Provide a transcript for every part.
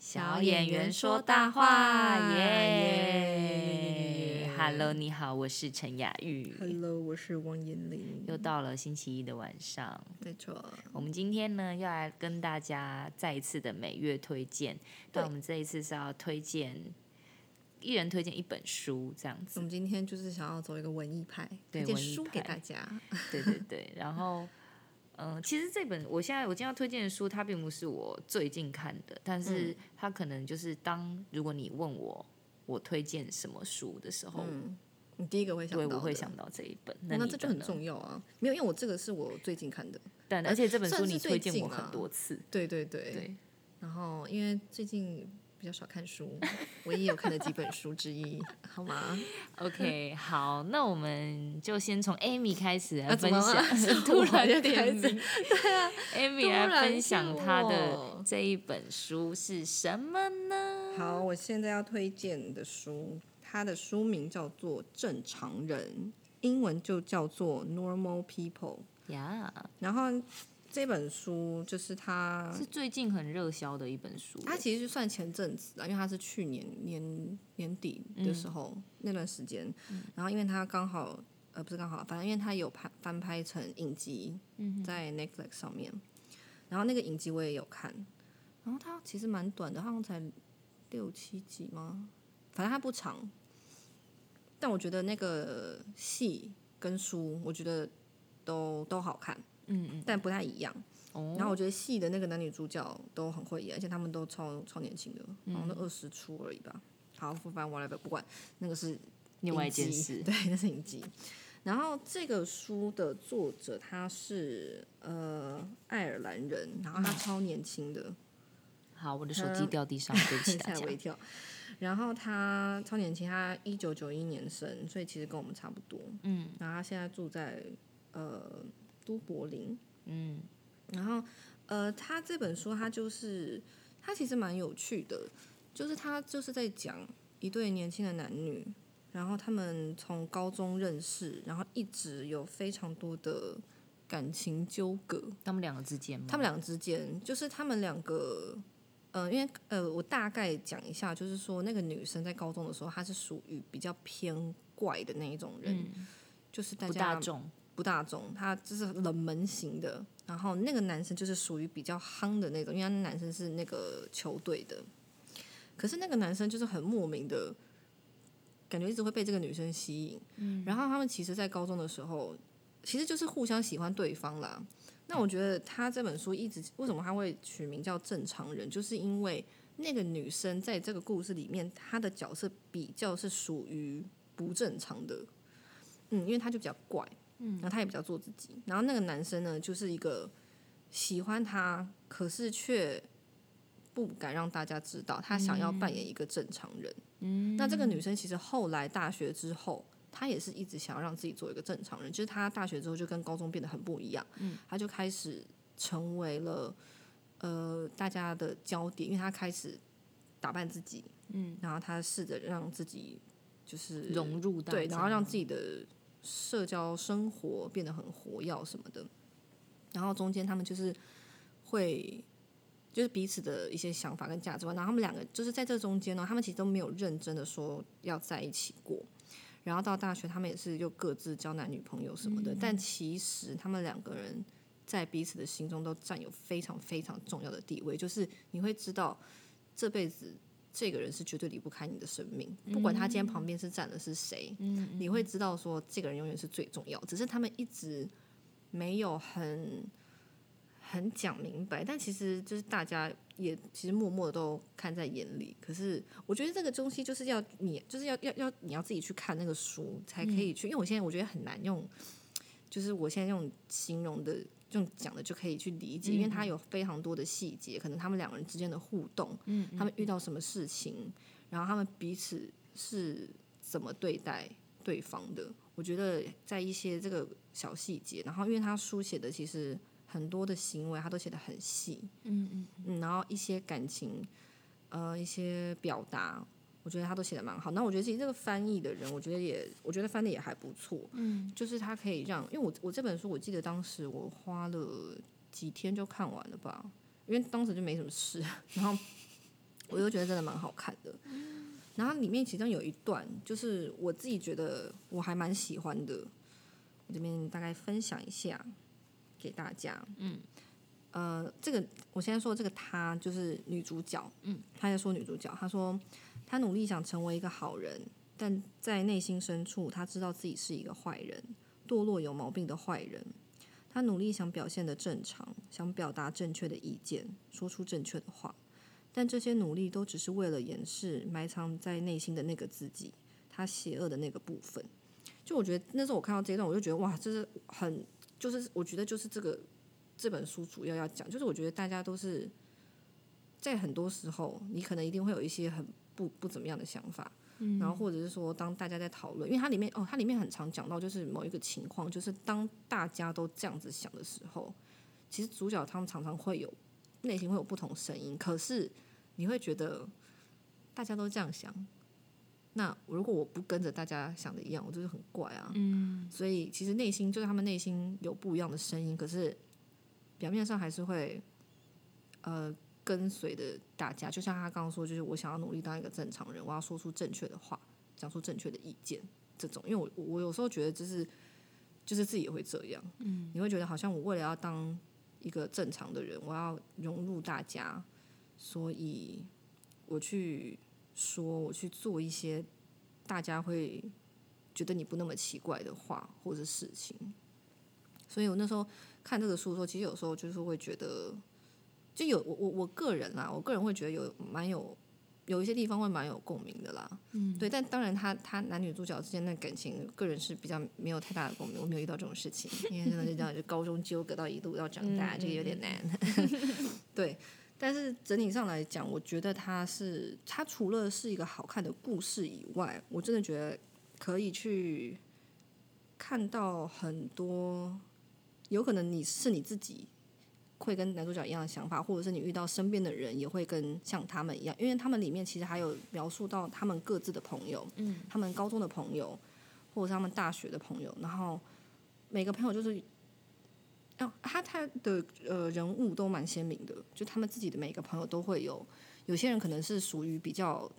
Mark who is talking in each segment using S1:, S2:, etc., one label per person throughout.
S1: 小演员说大话，耶！Hello，你好，我是陈雅玉。
S2: Hello，我是王彦霖。
S1: 又到了星期一的晚上，
S2: 没错，
S1: 我们今天呢要来跟大家再一次的每月推荐。那
S2: 对
S1: 我们这一次是要推荐，一人推荐一本书这样
S2: 我
S1: 子。
S2: 们今天就是想要走一个文艺派，
S1: 对
S2: 推荐
S1: 文艺
S2: 书给
S1: 派
S2: 大家。嗯
S1: 对对对，然后。嗯、其实这本我现在我今天要推荐的书，它并不是我最近看的，但
S2: 嗯
S1: 是它可能就是当如果你问我我推荐什么书的时候，
S2: 嗯，你第一个会想
S1: 对，
S2: 到的，哦
S1: 我会想到这一本。
S2: 那
S1: 你
S2: 这就
S1: 的
S2: 很
S1: 呢
S2: 重要啊！没有，因为我这个是我最近看的，
S1: 但而且这本
S2: 算
S1: 书
S2: 是
S1: 你
S2: 最
S1: 推荐
S2: 近
S1: 我
S2: 啊
S1: 很多次，
S2: 对对对。
S1: 对，
S2: 然后因为最近比较少看书，我也有看的几本书之一，好 吗？
S1: OK，好，那我们就先从 Amy 开始来
S2: 啊
S1: 分
S2: 怎么
S1: 享，
S2: 了是
S1: 突
S2: 我
S1: 然
S2: 就开
S1: 点
S2: 始
S1: 名，对啊，Amy
S2: 突
S1: 来
S2: 然
S1: 分享她
S2: 是
S1: 的
S2: 我
S1: 这一本书是什么呢？
S2: 好，我现在要推荐的书，它的书名叫做《正常人》，英文就叫做《Normal People》。
S1: 呀、
S2: 然后这本书就是它，
S1: 是最近很热销的一本书，
S2: 它其实就算前阵子啊，因为它是去年年年底的
S1: 嗯
S2: 时候、那段时间，然后因为它刚好呃不是刚好，反正因为它有拍翻拍成影集，
S1: 嗯
S2: 在 Netflix 上面，然后那个影集我也有看，然后它其实蛮短的，它好像才六七集吗？反正它不长，但我觉得那个戏跟书，我觉得都都好看，
S1: 嗯嗯，
S2: 但不太一样。
S1: 哦，
S2: 然后我觉得戏的那个男女主角都很会演，而且他们都超超年轻的，好
S1: 嗯
S2: 像都二十出而已吧。好，反正 whatever，不管那个是
S1: 另外一件
S2: 影集
S1: 事，
S2: 对，那是影集。然后这个书的作者他是呃爱尔兰人，然后他
S1: 嗯
S2: 超年轻的，
S1: 好，我的手机掉地上，对不起大
S2: 嗯 吓
S1: 家
S2: 我，一跳。然后他超年轻，他一九九一年生，所以其实跟我们差不多。嗯，然后他现在住在呃都柏林。嗯，然后呃，他这本书他就是他其实蛮有趣的，就是他就是在讲一对年轻的男女，然后他们从高中认识，然后一直有非常多的感情纠葛。
S1: 他们两个之间吗？
S2: 他们两个之间，就是他们两个，呃，因为呃，我大概讲一下，就是说那个女生在高中的时候，她是属于比较偏怪的那一种人，就是大
S1: 嗯不
S2: 家
S1: 大众，
S2: 不大众，她就是冷门型的。然后那个男生就是属于比较夯的那种，因为那男生是那个球队的，可是那个男生就是很莫名的。感觉一直会被这个女生吸引，然后他们其实，在高中的时候，其实就是互相喜欢对方啦。那我觉得他这本书一直为什么他会取名叫《正常人》，就是因为那个女生在这个故事里面，她的角色比较是属于不正常的，嗯，因为她就比较怪，嗯，然后她也比较做自己。然后那个男生呢，就是一个喜欢她，可是却不敢让大家知道，他想要扮演一个正常人。嗯，那这个女生其实后来大学之后。她也是一直想要让自己做一个正常人，就是她大学之后就跟高中变得很不一样，嗯，她就开始成为了呃大家的焦点，因为她开始打扮自己，嗯，然后她试着让自己就是
S1: 融入大
S2: 呃对，然后
S1: 家
S2: 让自己的社交生活变得很活跃什么的。然后中间他们就是会，就是彼此的一些想法跟价值观，然后他们两个就是在这中间呢，他们其实都没有认真的说要在一起过。然后到大学，他们也是就各自交男女朋友什么
S1: 嗯
S2: 的，但其实他们两个人在彼此的心中都占有非常非常重要的地位，就是你会知道这辈子这个人是绝对离不开你的生命，不管他今天
S1: 嗯
S2: 旁边是站的是谁，你会知道说这个人永远是最重要。只是他们一直没有很很讲明白，但其实就是大家也其实默默地都看在眼里。可是我觉得这个东西就是要你就是要要要你要自己去看那个书才可以去，因为我现在我觉得很难用，就是我现在用形容的。用讲的就可以去理解，因为它有非常多的细节，可能他们两个人之间的互动，他们遇到什么事情，然后他们彼此是怎么对待对方的。我觉得在一些这个小细节，然后因为他书写的其实很多的行为，他都写的很细，嗯嗯，然后一些感情，呃，一些表达，我觉得他都写的蛮好。那我觉得其实这个翻译的人，我觉得也，我觉得翻的也还不错，嗯，就是他可以让，因为我我这本书，我记得当时我花了几天就看完了吧，因为当时就没什么事，然后我就觉得真的蛮好看的。然后里面其中有一段，就是我自己觉得我还蛮喜欢的，我这边大概分享一下给大家。嗯，呃，这个我现在说这个她就是女主角，嗯，她在说女主角，她说她努力想成为一个好人，但在内心深处，她知道自己是一个坏人，堕落有毛病的坏人。她努力想表现的正常，想表达正确的意见，说出正确的话。但这些努力都只是为了掩饰埋藏在内心的那个自己，他邪恶的那个部分。就我觉得那时候我看到这一段，我就觉得哇，这是很，就是我觉得就是这个这本书主要要讲，就是我觉得大家都是在很多时候，你可能一定会有一些很不不怎么样的想法，然后或者是说当大家在讨论，因为它里面哦，它里面很常讲到就是某一个情况，就是当大家都这样子想的时候，其实主角他们常常会有内心会有不同声音，可是你会觉得大家都这样想，那如果我不跟着大家想的一样，我就是很怪啊。嗯，所以其实内心就是他们内心有不一样的声音，可是表面上还是会呃跟随着大家。就像他刚刚说，就是我想要努力当一个正常人，我要说出正确的话，讲出正确的意见，这种。因为我我我有时候觉得就是就是自己也会这样，嗯，你会觉得好像我为了要当一个正常的人，我要融入大家，所以我去说，我去做一些大家会觉得你不那么奇怪的话或者事情。所以我那时候看这个书的时候，其实有时候就是会觉得，就有我我我个人啦，我个人会觉得有蛮有有一些地方会蛮有共鸣的啦。嗯，对。但当然他，他男女主角之间的感情，个人是比较没有太大的共鸣，我没有遇到这种事情，因为真的是这样，就高中纠葛到一路到长大，这个有点难。 对，但是整体上来讲，我觉得它是它除了是一个好看的故事以外，我真的觉得可以去看到很多，有可能你是你自己会跟男主角一样的想法，或者是你遇到身边的人也会跟像他们一样，因为他们里面其实还有描述到他们各自的朋友，嗯，他们高中的朋友，或者是他们大学的朋友，然后每个朋友就是哦，他他的呃人物都蛮鲜明的，就他们自己的每个朋友都会有，有些人可能是属于比较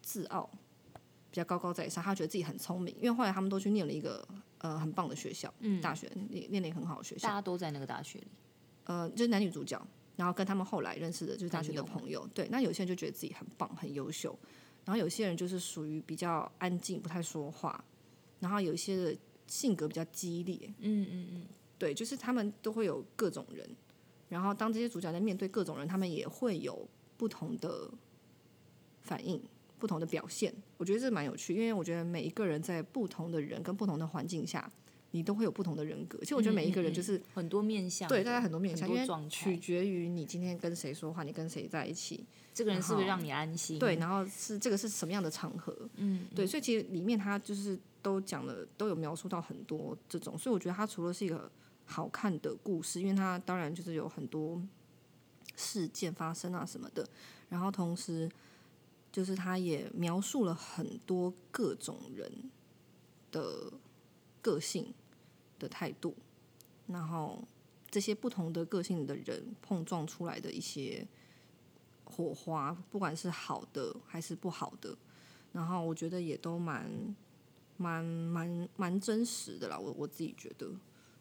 S2: 自傲，比较高高在上，他觉得自己很聪明，因为后来他们都去念了一个呃很棒的学校，嗯，大学念念了一个很好的学校
S1: 大，家都在那个大学里，
S2: 呃，就是男女主角，然后跟他们后来认识的就是大学的朋友，对，那有些人就觉得自己很棒、很优秀，然后有些人就是属于比较安静、不太说话，然后有一些的性格比较激烈，嗯嗯嗯，对，就是他们都会有各种人，然后当这些主角在面对各种人，他们也会有不同的反应。不同的表现，我觉得这蛮有趣，因为我觉得每一个人在不同的人跟不同的环境下，你都会有不同的人格。其实我觉得每一个 人就是
S1: 很多面相的，
S2: 对，大家很多面向，因
S1: 很多
S2: 为
S1: 状
S2: 取
S1: 态。
S2: 决于你今天跟谁说话，你跟谁在一起，
S1: 这个人是不是
S2: 然后
S1: 让你安心？
S2: 对，，然后是这个是什么样的场合，嗯，对，所以其实里面他就是都讲了，都有描述到很多这种，所以我觉得它除了是一个好看的故事，因为它当然就是有很多事件发生啊什么的，然后同时就是他也描述了很多各种人的个性的态度，然后这些不同的个性的人碰撞出来的一些火花，不管是好的还是不好的，然后我觉得也都蛮蛮蛮蛮真实的啦，我我自己觉得。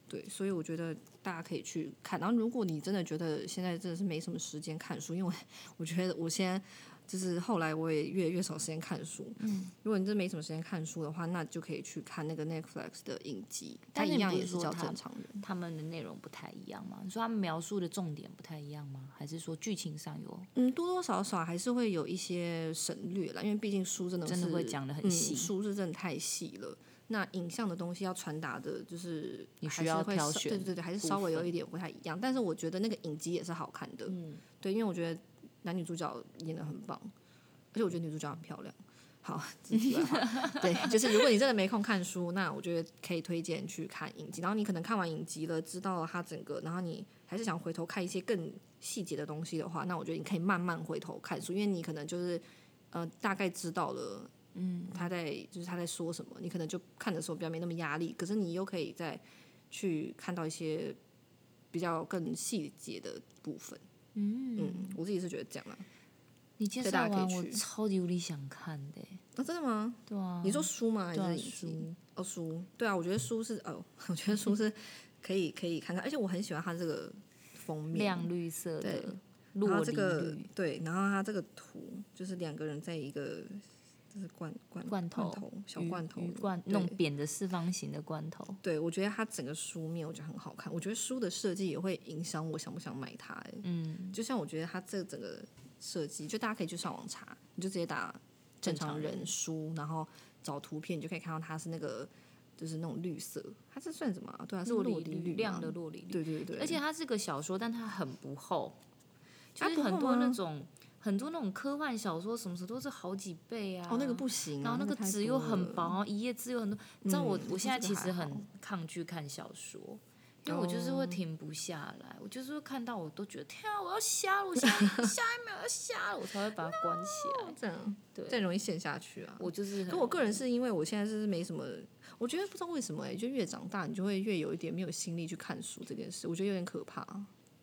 S2: 对，所以我觉得大家可以去看。然后，如果你真的觉得现在真的是没什么时间看书，因为我我觉得我现在就是后来我也越来越少时间看书。嗯，如果你真没什么时间看书的话，那就可以去看那个 Netflix 的影集，它
S1: 但是
S2: 一
S1: 你
S2: 样
S1: 不
S2: 也
S1: 是
S2: 是
S1: 说
S2: 叫
S1: 它
S2: 正常人。
S1: 他们的内容不太一样吗？你说他们描述的重点不太一样吗？还是说剧情上有
S2: 嗯，多多少少还是会有一些省略啦，因为毕竟书真的
S1: 真的
S2: 是
S1: 会讲得很细
S2: 嗯，书是真的太细了。那影像的东西要传达的，就是
S1: 你
S2: 还
S1: 需
S2: 是
S1: 要
S2: 会
S1: 挑
S2: 稍
S1: 选
S2: 对对对，还是
S1: 部
S2: 稍微有
S1: 分
S2: 一点不太一样。但是我觉得那个影集也是好看的，嗯，对，因为我觉得男女主角演的很棒，而且我觉得女主角很漂亮。好，这是题外话对，就是如果你真的没空看书，那我觉得可以推荐去看影集。然后你可能看完影集了，知道了它整个，然后你还是想回头看一些更细节的东西的话，那我觉得你可以慢慢回头看书，因为你可能就是呃大概知道了，嗯，他在就是他在说什么，你可能就看的时候比较没那么压力，可是你又可以再去看到一些嗯比较更细节的部分。嗯我自己是觉得这样啊。
S1: 你介
S2: 对
S1: 绍
S2: 大家可以
S1: 完我
S2: 去
S1: 超级无力想看的欸，
S2: 啊，真的吗？
S1: 对啊，
S2: 你说书吗？还
S1: 对啊
S2: 是
S1: 书？
S2: 哦，书。对啊，我觉得书是哦，我觉得书 是可以可以看看，而且我很喜欢它这个封面，
S1: 亮绿色
S2: 对
S1: 的
S2: 然
S1: 落
S2: 后这个
S1: 梨
S2: 对，然后它这个图就是两个人在一个就是罐罐
S1: 罐头
S2: 小
S1: 绿，鱼
S2: 罐头
S1: 鱼
S2: 里
S1: 罐
S2: 对
S1: 弄扁的四方形的罐头，
S2: 对，我觉得它整个书面我觉得很好看，我觉得书的设计也会影响我想不想买它、欸。
S1: 嗯，
S2: 就像我觉得它这整个设计，就大家可以去上网查，你就直接打正常人书，然后找图片，你就可以看到它是那个就是那种绿色，它是算什么啊、对啊，是
S1: 嗯洛
S2: 落地
S1: 梨绿
S2: 绿
S1: 亮
S2: 吗
S1: 的洛梨绿，
S2: 对对对，
S1: 而且它是个小说，但它很不厚，就
S2: 嗯啊
S1: 是
S2: 不厚
S1: 很多那
S2: 吗
S1: 种很多那种科幻小说什么什么都是好几倍啊，
S2: 哦那个不行、啊，
S1: 然后那个
S2: 太
S1: 纸又
S2: 多
S1: 很
S2: 了，
S1: 薄，然后一页字又很多。你知道我、
S2: 嗯
S1: 我现在
S2: 这
S1: 其
S2: 个
S1: 实
S2: 还好哦
S1: 很抗拒看小说，因为我就是会停不下来，我就是会看到我都觉得天啊，我要瞎了，我下一下一秒要瞎了，我才会把它关起 来。
S2: 这样
S1: 对
S2: 这样容易陷下去啊。
S1: 我就是很，
S2: 哦可我个人是因为我现在是没什么，我觉得不知道为什么哎、就越长大你就会越有一点没有心力去看书这件事，我觉得有点可怕。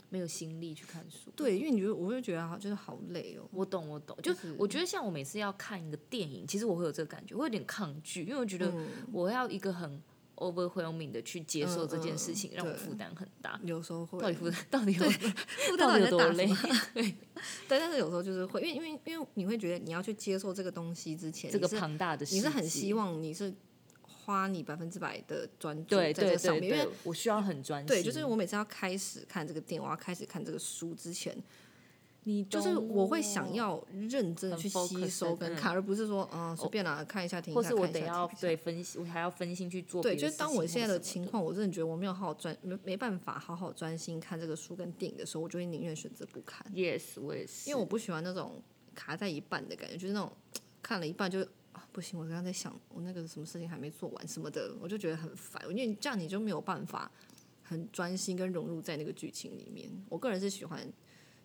S1: 没有心力去看书。
S2: 对，因为你觉得我会觉得好就是好累哦。
S1: 我懂，我懂，就
S2: 就是
S1: 我觉得像我每次要看一个电影，其实我会有这个感觉，我有点抗拒，因为我觉得
S2: 嗯，
S1: 我要一个很 overwhelming 的去接受这件事情，
S2: 嗯嗯
S1: 让我
S2: 对
S1: 负担很大。
S2: 有时候会
S1: 到底负担到底 有
S2: 负
S1: 到
S2: 担
S1: 底有
S2: 在
S1: 多
S2: 打
S1: 累
S2: 什？么 对，但是有时候就是会，因为因为因为你会觉得你要去接受这个东西之 前，
S1: 这个
S2: 你是
S1: 庞大的世界，
S2: 你是很希望你是花你百分之百的专注
S1: 对
S2: 在这
S1: 对
S2: 个上
S1: 对
S2: 面，因为
S1: 对，我需要很专心。
S2: 对，就是我每次要开始看这个电影，我要开始看这个书之前，
S1: 你
S2: 就是我会想，要认真地去
S1: 哦很
S2: 吸
S1: focus
S2: 收跟看，而不是说嗯随便啦、看一下听一
S1: 或
S2: 下，
S1: 是我
S2: 看一
S1: 得
S2: 下
S1: 要
S2: 听一下
S1: 对分析，我还要分心去做别的
S2: 对，
S1: 事
S2: 就
S1: 情。
S2: 是当我现在
S1: 或什
S2: 的
S1: 么
S2: 情，况，我真的觉得我没有好好专没没办法好好专心看这个书跟电影的时候，我就会宁愿选择不看，
S1: ，yes，我也是，
S2: 因为我不喜欢那种卡在一半的感觉，就是那种看了一半就。啊、不行，我刚刚在想，我那个什么事情还没做完什么的，我就觉得很烦。因为这样你就没有办法很专心跟融入在那个剧情里面。我个人是喜欢，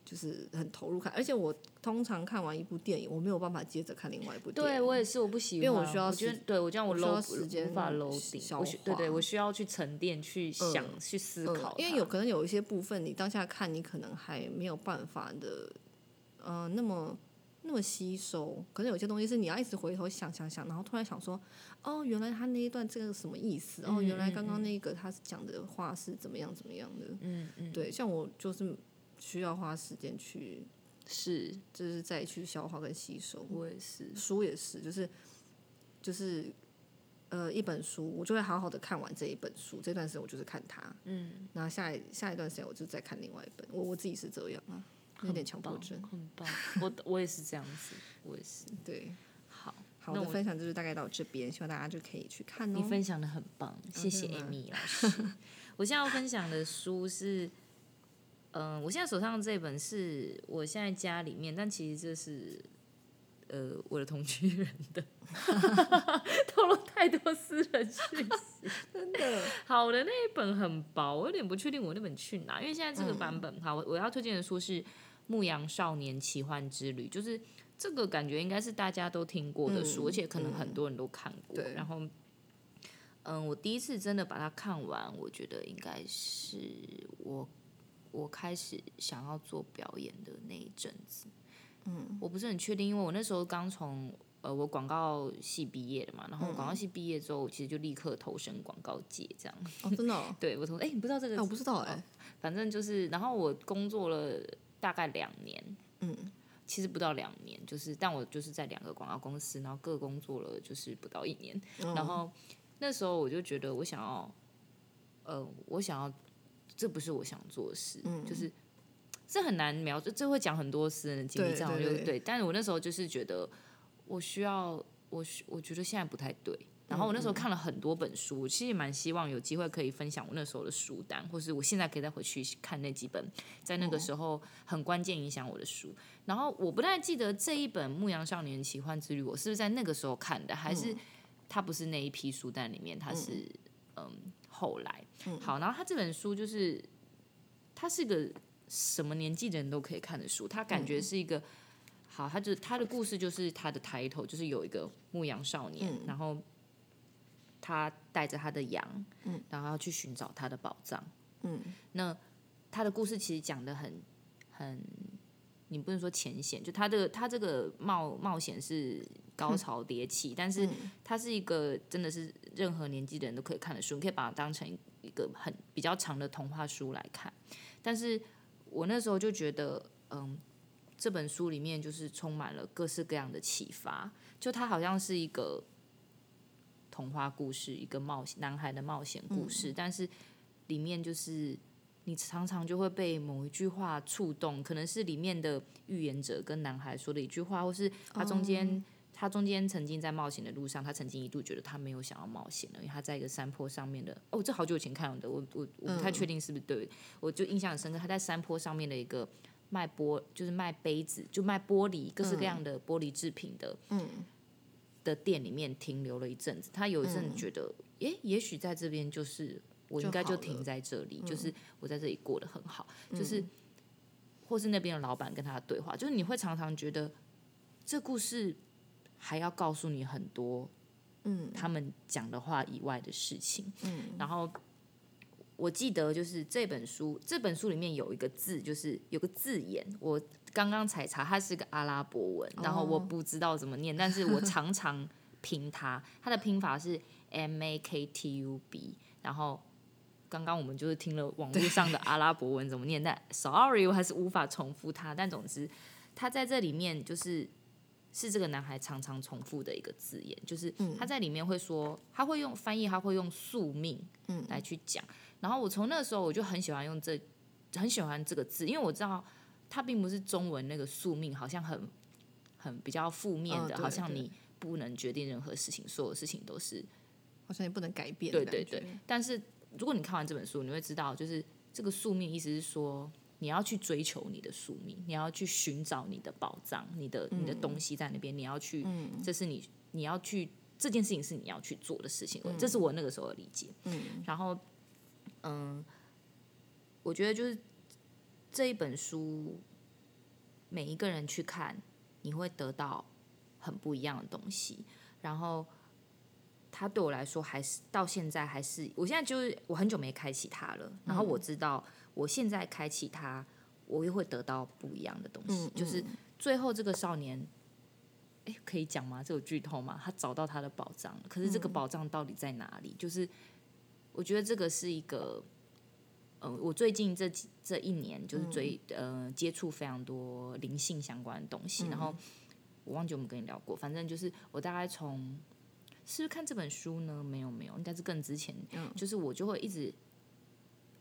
S2: 就是很投入看，而且我通常看完一部电影，我没有办法接着看另外一部电影。
S1: 对我也是，我不喜欢，
S2: 因为我需要
S1: 我觉得
S2: 时
S1: 对我这样
S2: 我需
S1: low
S2: 要时间
S1: 无法 low 顶，
S2: 消
S1: 我需对
S2: 化
S1: 对，我需要去沉淀，去想，去思
S2: 嗯
S1: 考它，
S2: 因为有可能有一些部分，你当下看，你可能还没有办法的，呃，那么那么吸收。可能有些东西是你要一直回头想想想，然后突然想说，哦，原来他那一段这个什么意思？哦，
S1: 嗯
S2: 原来
S1: 嗯
S2: 刚刚
S1: 嗯
S2: 那个他讲的话是怎么样怎么样的？
S1: 嗯嗯，
S2: 对，像我就是需要花时间去，
S1: 是，
S2: 就是再去消化跟吸收。
S1: 我也是，
S2: 书也是，就是就是呃一本书，我就会好好的看完这一本书，这段时间我就是看它，
S1: 嗯，
S2: 然后下一下一段时间我就再看另外一本，我我自己是这样啊，有
S1: 很
S2: 点强迫
S1: 棒
S2: 症，
S1: 很棒，我我也是这样子，我也是，
S2: 对。
S1: 好，
S2: 好，
S1: 那
S2: 我
S1: 我
S2: 的分享就是大概到这边，希望大家就可以去看
S1: 你
S2: 哦。
S1: 分享的很棒，谢谢
S2: 真的吗
S1: Amy 老师。我现在要分享的书是，嗯、我现在手上的这本是我现在家里面，但其实这是呃我的同居人的， 透露太多私人讯息。
S2: 真的，
S1: 好我的那一本很薄，我有点不确定我那本去哪，因为现
S2: 嗯
S1: 在这个版本，好，我我要推荐的书是《牧羊少年奇幻之旅》，就是这个感觉应该是大家都听过的书，
S2: 嗯
S1: 而且可能很多人都看过。
S2: 对
S1: 然后，嗯，我第一次真的把它看完，我觉得应该是我我开始想要做表演的那一阵子。嗯，我不是很确定，因为我那时候刚从呃我广告系毕业的嘛，然后我广告系毕业之后，我其实就立刻投身广告界这样。
S2: 哦，真的、哦，
S1: 对我从哎、你不知道这
S2: 哎、
S1: 个
S2: 我不知道哎、
S1: 反正就是，然后我工作了大概两年，
S2: 嗯，
S1: 其实不到两年，就是但我就是在两个广告公司，然后各工作了就是不到一年，
S2: 嗯
S1: 然后那时候我就觉得我想要，呃，我想要，这不是我想做的事，
S2: 嗯
S1: 就是这很难描述，这会讲很多私人的经历，
S2: 对
S1: 这样
S2: 对
S1: 就
S2: 对
S1: 对，但是我那时候就是觉得我需要，我需我觉得现在不太对。然后我那
S2: 嗯
S1: 时候看了很多本书，我其实也蛮希望有机会可以分享我那时候的书单，或是我现在可以再回去看那几本在那个
S2: 哦
S1: 时候很关键影响我的书。然后我不太记得这一本《牧羊少年奇幻之旅》，我是不是在那个时候看的，还是它不是那一批书单里面，它是嗯后来。好，然后它这本书就是它是个什么年纪的人都可以看的书，它感觉是一个。好，它就它的故事就是它的 title，就是有一个牧羊少年，然后他带着他的羊，然后要去寻找他的宝藏。
S2: 嗯，
S1: 那他的故事其实讲的很很你不能说浅显，就他这个他这个冒冒险是高潮迭起，但是它是一个真的是任何年纪的人都可以看的书，你可以把它当成一个很比较长的童话书来看。但是我那时候就觉得，嗯，这本书里面就是充满了各式各样的启发，就它好像是一个童话故事，一个冒险男孩的冒险故事，但是里面就是你常常就会被某一句话触动，可能是里面的预言者跟男孩说的一句话，或是他中间、他中间曾经在冒险的路上，他曾经一度觉得他没有想要冒险了，因为他在一个山坡上面的。哦，这好久以前看的，我我我不太确定是不是对，我就印象很深刻。他在山坡上面的一个卖玻，就是卖杯子，就卖玻璃，各式各样的玻璃制品的，嗯，的店里面停留了一阵子。他有一阵子觉得，诶、也许在这边就是我应该就
S2: 就好了
S1: 停在这里，就是我在这里过得很好，就是。或是那边的老板跟他的对话，就是你会常常觉得这故事还要告诉你很多，嗯，他们讲的话以外的事情，嗯，然后我记得就是这本书，这本书里面有一个字，就是有个字眼，我刚刚才查，它是个阿拉伯文，然后我不知道怎么念，但是我常常 拼它，它的拼法是 M A K T U B，然后。刚刚我们就是听了网络上的阿拉伯文怎么念，但 sorry 我还是无法重复它。但总之，它在这里面就是是这个男孩常常重复的一个字眼，就是
S2: 嗯
S1: 他在里面会说，他会用翻译，他会用宿命，嗯，来去讲。然后我从那个时候我就很喜欢用这，很喜欢这个字，因为我知道它并不是中文那个宿命，好像很很比较负面
S2: 嗯
S1: 的，
S2: 对
S1: 好像
S2: 对
S1: 你不能决定任何事情，所有事情都是
S2: 好像也不能改变。
S1: 对对对，，但是如果你看完这本书，你会知道，就是这个宿命，意思是说你要去追求你的宿命，你要去寻找你的宝藏，你的、你的东西在那边，你要去，这是你你要去这件事情是你要去做的事情，这是我那个时候的理解。嗯，然后，嗯，我觉得就是这一本书，每一个人去看，你会得到很不一样的东西，然后。它对我来说还是到现在还是，我现在就是我很久没开启它了，然后我
S2: 嗯
S1: 知道我现在开启它，我又会得到不一样的东西，
S2: 嗯
S1: 就是最后这个少年。哎，可以讲吗？这有剧透吗？他找到他的宝藏了，可是这
S2: 嗯
S1: 个宝藏到底在哪里？就是我觉得这个是一个，呃，我最近这几这一年就是追、
S2: 嗯
S1: 呃接触非常多灵性相关的东西，然后我忘记我们跟你聊过，反正就是我大概从是不是看这本书呢？没有没有，应该是更之前，就是我就会一直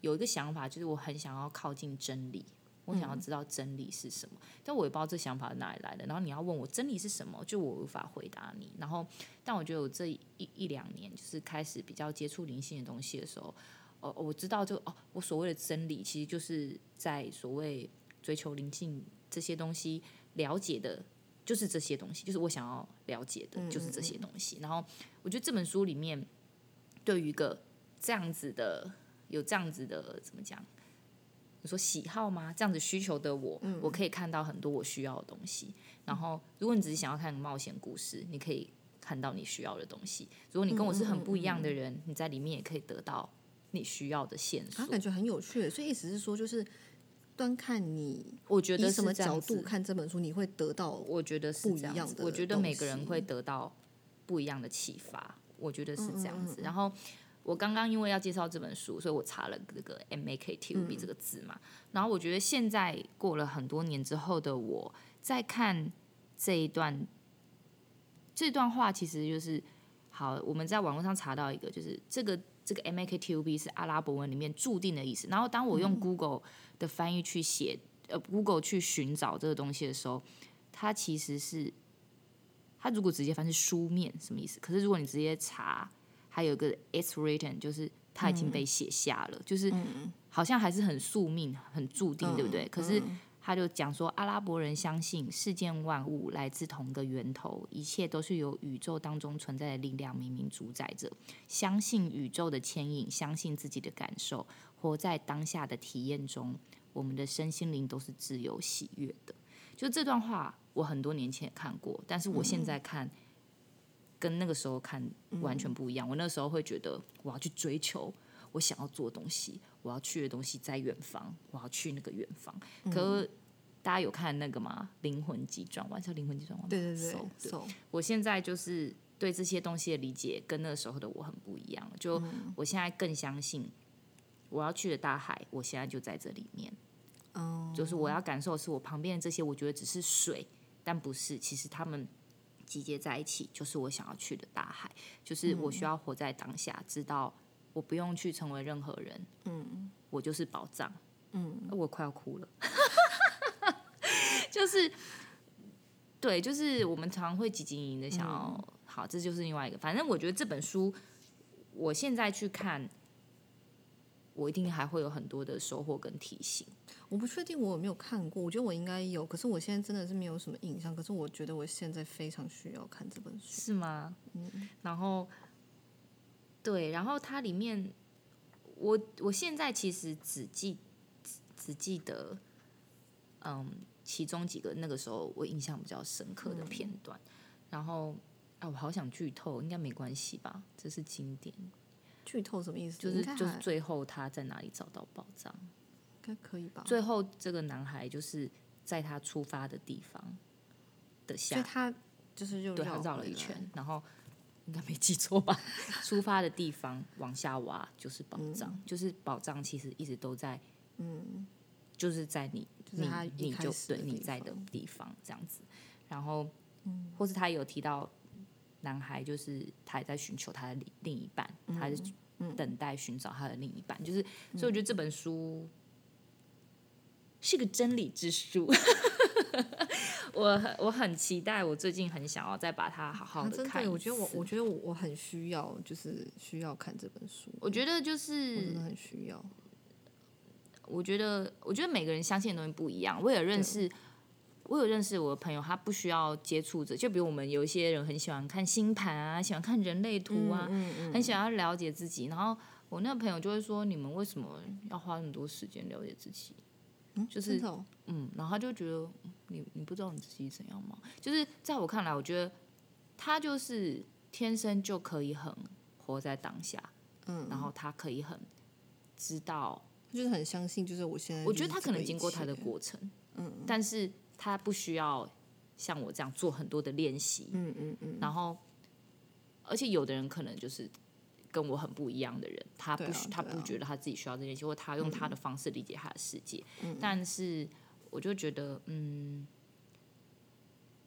S1: 有一个想法，就是我很想要靠近真理，我想要知道真理是什么，但我也不知道这想法是哪里来的。然后你要问我真理是什么，就我无法回答你。然后，但我觉得我这一一两年就是开始比较接触灵性的东西的时候，哦，我知道就哦，我所谓的真理其实就是在所谓追求灵性这些东西了解的。就是这些东西，就是我想要了解的，就是这些东西。然后我觉得这本书里面，对于一个这样子的有这样子的怎么讲？你说喜好吗？这样子需求的我，
S2: 嗯
S1: 我可以看到很多我需要的东西。然后，如果你只是想要看个冒险故事，你可以看到你需要的东西。如果你跟我是很不一
S2: 嗯
S1: 样的人，你在里面也可以得到你需要的线索
S2: 他。啊感觉很有趣，所以意思是说，就是端看你
S1: 我觉得
S2: 以
S1: 是
S2: 什么
S1: 这样
S2: 角
S1: 子
S2: 度看这本书，你会得到
S1: 我觉得是
S2: 不
S1: 这
S2: 一
S1: 样
S2: 样
S1: 子。
S2: 的
S1: 我觉得
S2: 东
S1: 每个人
S2: 西
S1: 会得到不一样的启发，我觉得是这
S2: 嗯
S1: 样子。然后我刚刚因为要介绍这本书，所以我查了这个 M A K T U
S2: 嗯
S1: B 这个字嘛。然后我觉得现在过了很多年之后的我，在看这一段这段话，其实就是好，我们在网络上查到一个，就是这个。这个 M A K T U B 是阿拉伯文里面注定的意思。然后当我用
S2: 嗯
S1: Google 的翻译去写，呃，Google 去寻找这个东西的时候，它其实是，它如果直接翻是书面什么意思？可是如果你直接查，还有一个 it's written，就是它已经被写下了，就是好像还是很宿命、很注定，对不对？可是他就讲说，阿拉伯人相信世间万物来自同一个源头，一切都是由宇宙当中存在的力量冥冥主宰着，相信宇宙的牵引，相信自己的感受，活在当下的体验中，我们的身心灵都是自由喜悦的。就这段话，我很多年前也看过，但是我现在看，跟那个时候看完全不一样。我那时候会觉得，我要去追求我想要做的东西，我要去的东西在远方，我要去那个远方。可大家有看那个吗？《灵魂急转弯》叫《灵魂急转弯》吗？
S2: 对对对
S1: So，对
S2: ，so
S1: 我现在就是对这些东西的理解跟那个时候的我很不一样了，就我现在更相信我要去的大海，我现在就在这里面，
S2: 嗯，
S1: 就是我要感受的是我旁边的这些，我觉得只是水，但不是，其实他们。集结在一起，就是我想要去的大海。就是我需要活在当下，知道我不用去成为任何人。嗯，我就是宝藏。嗯，我快要哭了。 就是，对，就是我们常会汲汲营营的想要、好，这就是另外一个。反正我觉得这本书，我现在去看，我一定还会有很多的收获跟提醒。
S2: 我不确定我有没有看过，我觉得我应该有，可是我现在真的是没有什么印象。可是我觉得我现在非常需要看这本书。
S1: 是吗？然后对，然后它里面，我我现在其实只记只只记得，嗯，其中几个那个时候我印象比较深刻的片段，然后。啊，我好想剧透，应该没关系吧？这是经典，
S2: 剧透什么意思？
S1: 就
S2: 应
S1: 是
S2: 该
S1: 就是
S2: 还
S1: 最后他在哪里找到宝藏？
S2: 嗯应该可以吧？
S1: 最后这个男孩就是在他出发的地方的下
S2: 所以他就是又
S1: 对他绕
S2: 回
S1: 了一
S2: 来
S1: 圈，然后应该没记错 吧？出发的地方往下挖就是宝藏，
S2: 嗯
S1: 就是宝藏其实一直都在，嗯，就是在你
S2: 就是他
S1: 你
S2: 一
S1: 你
S2: 开
S1: 就
S2: 始
S1: 对
S2: 的
S1: 你
S2: 地
S1: 在的地方这样子，然后，
S2: 嗯
S1: 或是他也有提到男孩就是他也在寻求他的另另一半，他是
S2: 嗯
S1: 等待寻找他的另一半，就是所以我觉得这本书是个真理之书。我很我很期待，我最近很想要再把它好好
S2: 啊
S1: 的
S2: 真
S1: 看一次。
S2: 的，我觉得我我觉得我我很需要，就是需要看这本书，
S1: 我觉得就嗯
S2: 我真的
S1: 是，
S2: 很需要。
S1: 我觉得我觉得每个人相信的东西不一样。我有认识，我有认识我的朋友，他不需要接触者，就比如我们有一些人很喜欢看星盘啊，喜欢看人类图啊，
S2: 嗯嗯，
S1: 很想要了解自己。然后我那个朋友就会说：“你们为什么要花那么多时间了解自己？”就是
S2: 真的哦
S1: 嗯，然后他就觉得嗯你你不知道你自己怎样吗？就是在我看来，我觉得他就是天生就可以很活在当下，
S2: 嗯，
S1: 然后他可以很知道，
S2: 就是很相信，就是我现在
S1: 我
S2: 就
S1: 觉
S2: 是
S1: 得他
S2: 这
S1: 可能
S2: 个一
S1: 经过他的
S2: 切
S1: 过程，嗯，但是他不需要像我这样做很多的练习，
S2: 嗯嗯嗯，
S1: 然后，而且有的人可能就是跟我很不一样的人，他不、
S2: 对啊
S1: 需他
S2: 对
S1: 不
S2: 啊
S1: 觉得他自己需要这些，或他用他的方式理解他的世界。
S2: 嗯
S1: 但是我就觉得，嗯，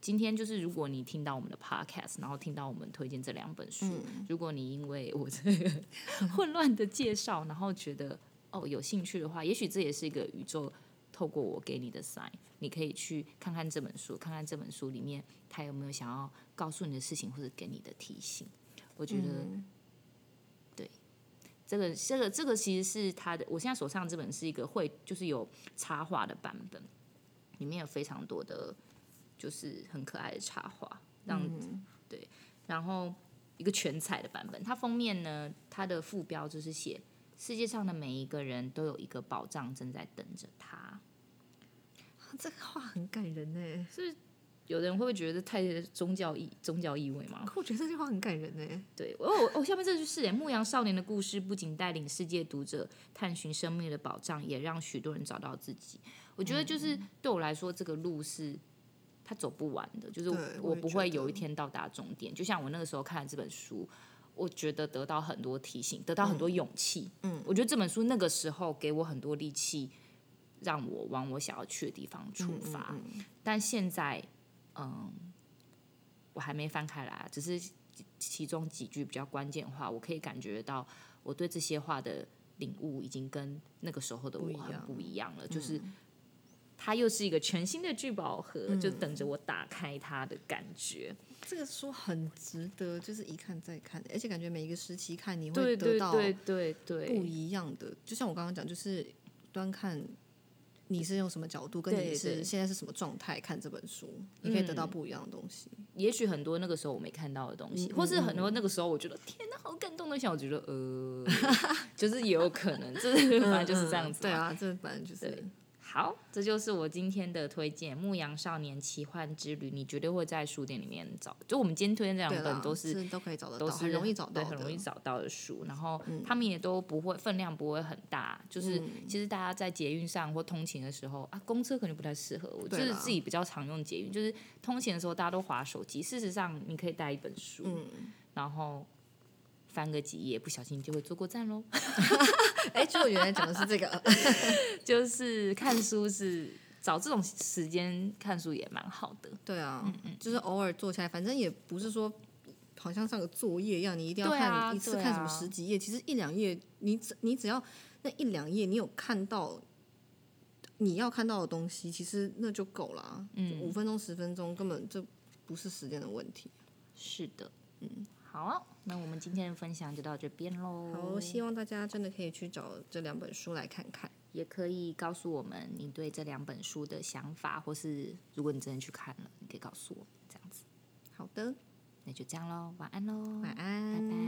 S1: 今天就是如果你听到我们的 podcast，然后听到我们推荐这两本书，
S2: 嗯
S1: 如果你因为我这个混乱的介绍，然后觉得哦有兴趣的话，也许这也是一个宇宙。透过我给你的 sign，你可以去看看这本书，看看这本书里面他有没有想要告诉你的事情或者给你的提醒。我觉得，对，这个这个这个其实是他的，我现在手上这本是一个会就是有插画的版本，里面有非常多的就是很可爱的插画，让、对，然后一个全彩的版本，它封面呢，它的副标就是写。世界上的每一个人都有一个宝藏正在等着他。
S2: 啊这个话很感人 呢，
S1: 有的人会不会觉得太宗教意宗教意味吗？
S2: 可我觉得这句话很感人呢。
S1: 对，我我我下面这就是耶，牧羊少年的故事不仅带领世界读者探寻生命的宝藏，也让许多人找到自己。我觉得
S2: 嗯
S1: 就是对我来说，这个路是他走不完的，就是
S2: 对
S1: 我
S2: 我也
S1: 不会
S2: 觉得
S1: 有一天到达终点。就像我那个时候看了这本书，我觉得得到很多提醒，得到很多勇气。嗯，我觉得这本书那个时候给我很多力气，让我往我想要去的地方
S2: 嗯
S1: 出发。但现在，嗯，我还没翻开来啊，只是其其中几句比较关键话，我可以感觉到我对这些话的领悟已经跟那个时候的
S2: 不
S1: 我
S2: 一
S1: 很
S2: 样嗯
S1: 不一样了，就是。它又是一个全新的聚宝盒，就等
S2: 嗯
S1: 着我打开它的感觉。
S2: 这个书很值得，就是一看再看，而且感觉每一个时期看你
S1: 对
S2: 会
S1: 对
S2: 得到
S1: 对对
S2: 不
S1: 对，
S2: 一样的。就像我刚刚讲，就是端看你是用什么角度，跟
S1: 对对嗯
S2: 你是现在是什么状态看这本书，你可以得到不一样的东西。
S1: 也许很多那个时候我没看到的东西，
S2: 嗯
S1: 或是很多那个时候我觉得天哪，好感动的想，我觉得
S2: 嗯
S1: 呃，就是也有可能，就是反正就是这样子嘛。
S2: 啊对啊，这本来就是
S1: 对好，这就是我今天的推荐《牧羊少年奇幻之旅》，你绝对会在书店里面找。就我们今天推荐这
S2: 对
S1: 两
S2: 啦
S1: 本都是
S2: 都可以找得到，
S1: 都是
S2: 很容易找到
S1: 对，
S2: 的，嗯
S1: 很容易找到的书。然后他们也都不会分量不会很大，就是其实大家在捷运上或通勤的时候啊，公车可能不太适合。我就
S2: 对
S1: 是
S2: 啦
S1: 自己比较常用捷运，就是通勤的时候大家都划手机，事实上你可以带一本书，
S2: 嗯
S1: 然后翻个几页，不小心就会坐过站喽。
S2: 哎，就我原来讲的是这个，
S1: 就是看书是找这种时间看书也蛮好的。
S2: 对啊，
S1: 嗯
S2: 就是偶尔坐下来，反正也不是说好像像个作业一样，你一定要
S1: 对
S2: 看、
S1: 啊
S2: 一次
S1: 对
S2: 看什么
S1: 啊
S2: 十几页，其实一两页，你只你只要那一两页你有看到你要看到的东西，其实那就够了，嗯，五分钟十分钟根本这不是时间的问题。
S1: 是的，嗯，好啊，那我们今天的分享就到这边喽。
S2: 好，希望大家真的可以去找这两本书来看看。
S1: 也可以告诉我们你对这两本书的想法，或是如果你真的去看了，你可以告诉我们这样子。
S2: 好的，
S1: 那就这样喽，晚安喽，
S2: 晚安，
S1: 拜拜。